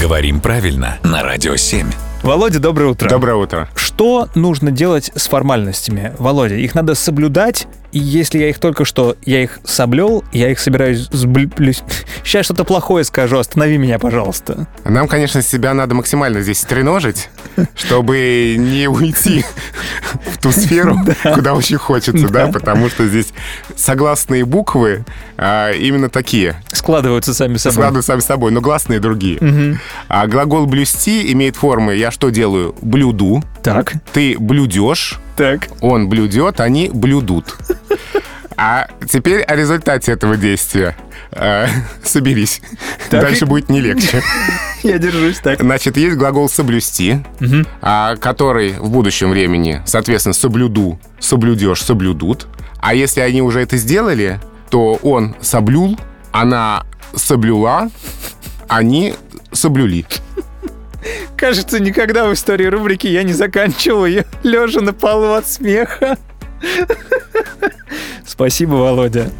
Говорим правильно на Радио 7. Володя, доброе утро. Доброе утро. Что нужно делать с формальностями, Володя? Их надо соблюдать, и если я их только что, я их соблел, я их собираюсь сблюсь. Сейчас что-то плохое скажу, останови меня, пожалуйста. Нам, конечно, себя надо максимально здесь стреножить, чтобы не уйти в ту сферу, куда очень хочется, да, потому что здесь согласные буквы а, именно такие. Складываются сами собой. Складывают сами собой, но гласные другие. А глагол «блюсти» имеет формы «я что делаю?» «блюду», Так, «ты блюдешь», так. «он блюдет», «они блюдут». А теперь о результате этого действия. А, соберись. Так. Дальше будет не легче. Я держусь так. Значит, есть глагол «соблюсти», а, который в будущем времени, соответственно, «соблюду», «соблюдешь», «соблюдут». А если они уже это сделали, то он соблюл, она соблюла, они соблюли. Кажется, никогда в истории рубрики я не заканчивал ее лежа на полу от смеха. Спасибо, Володя.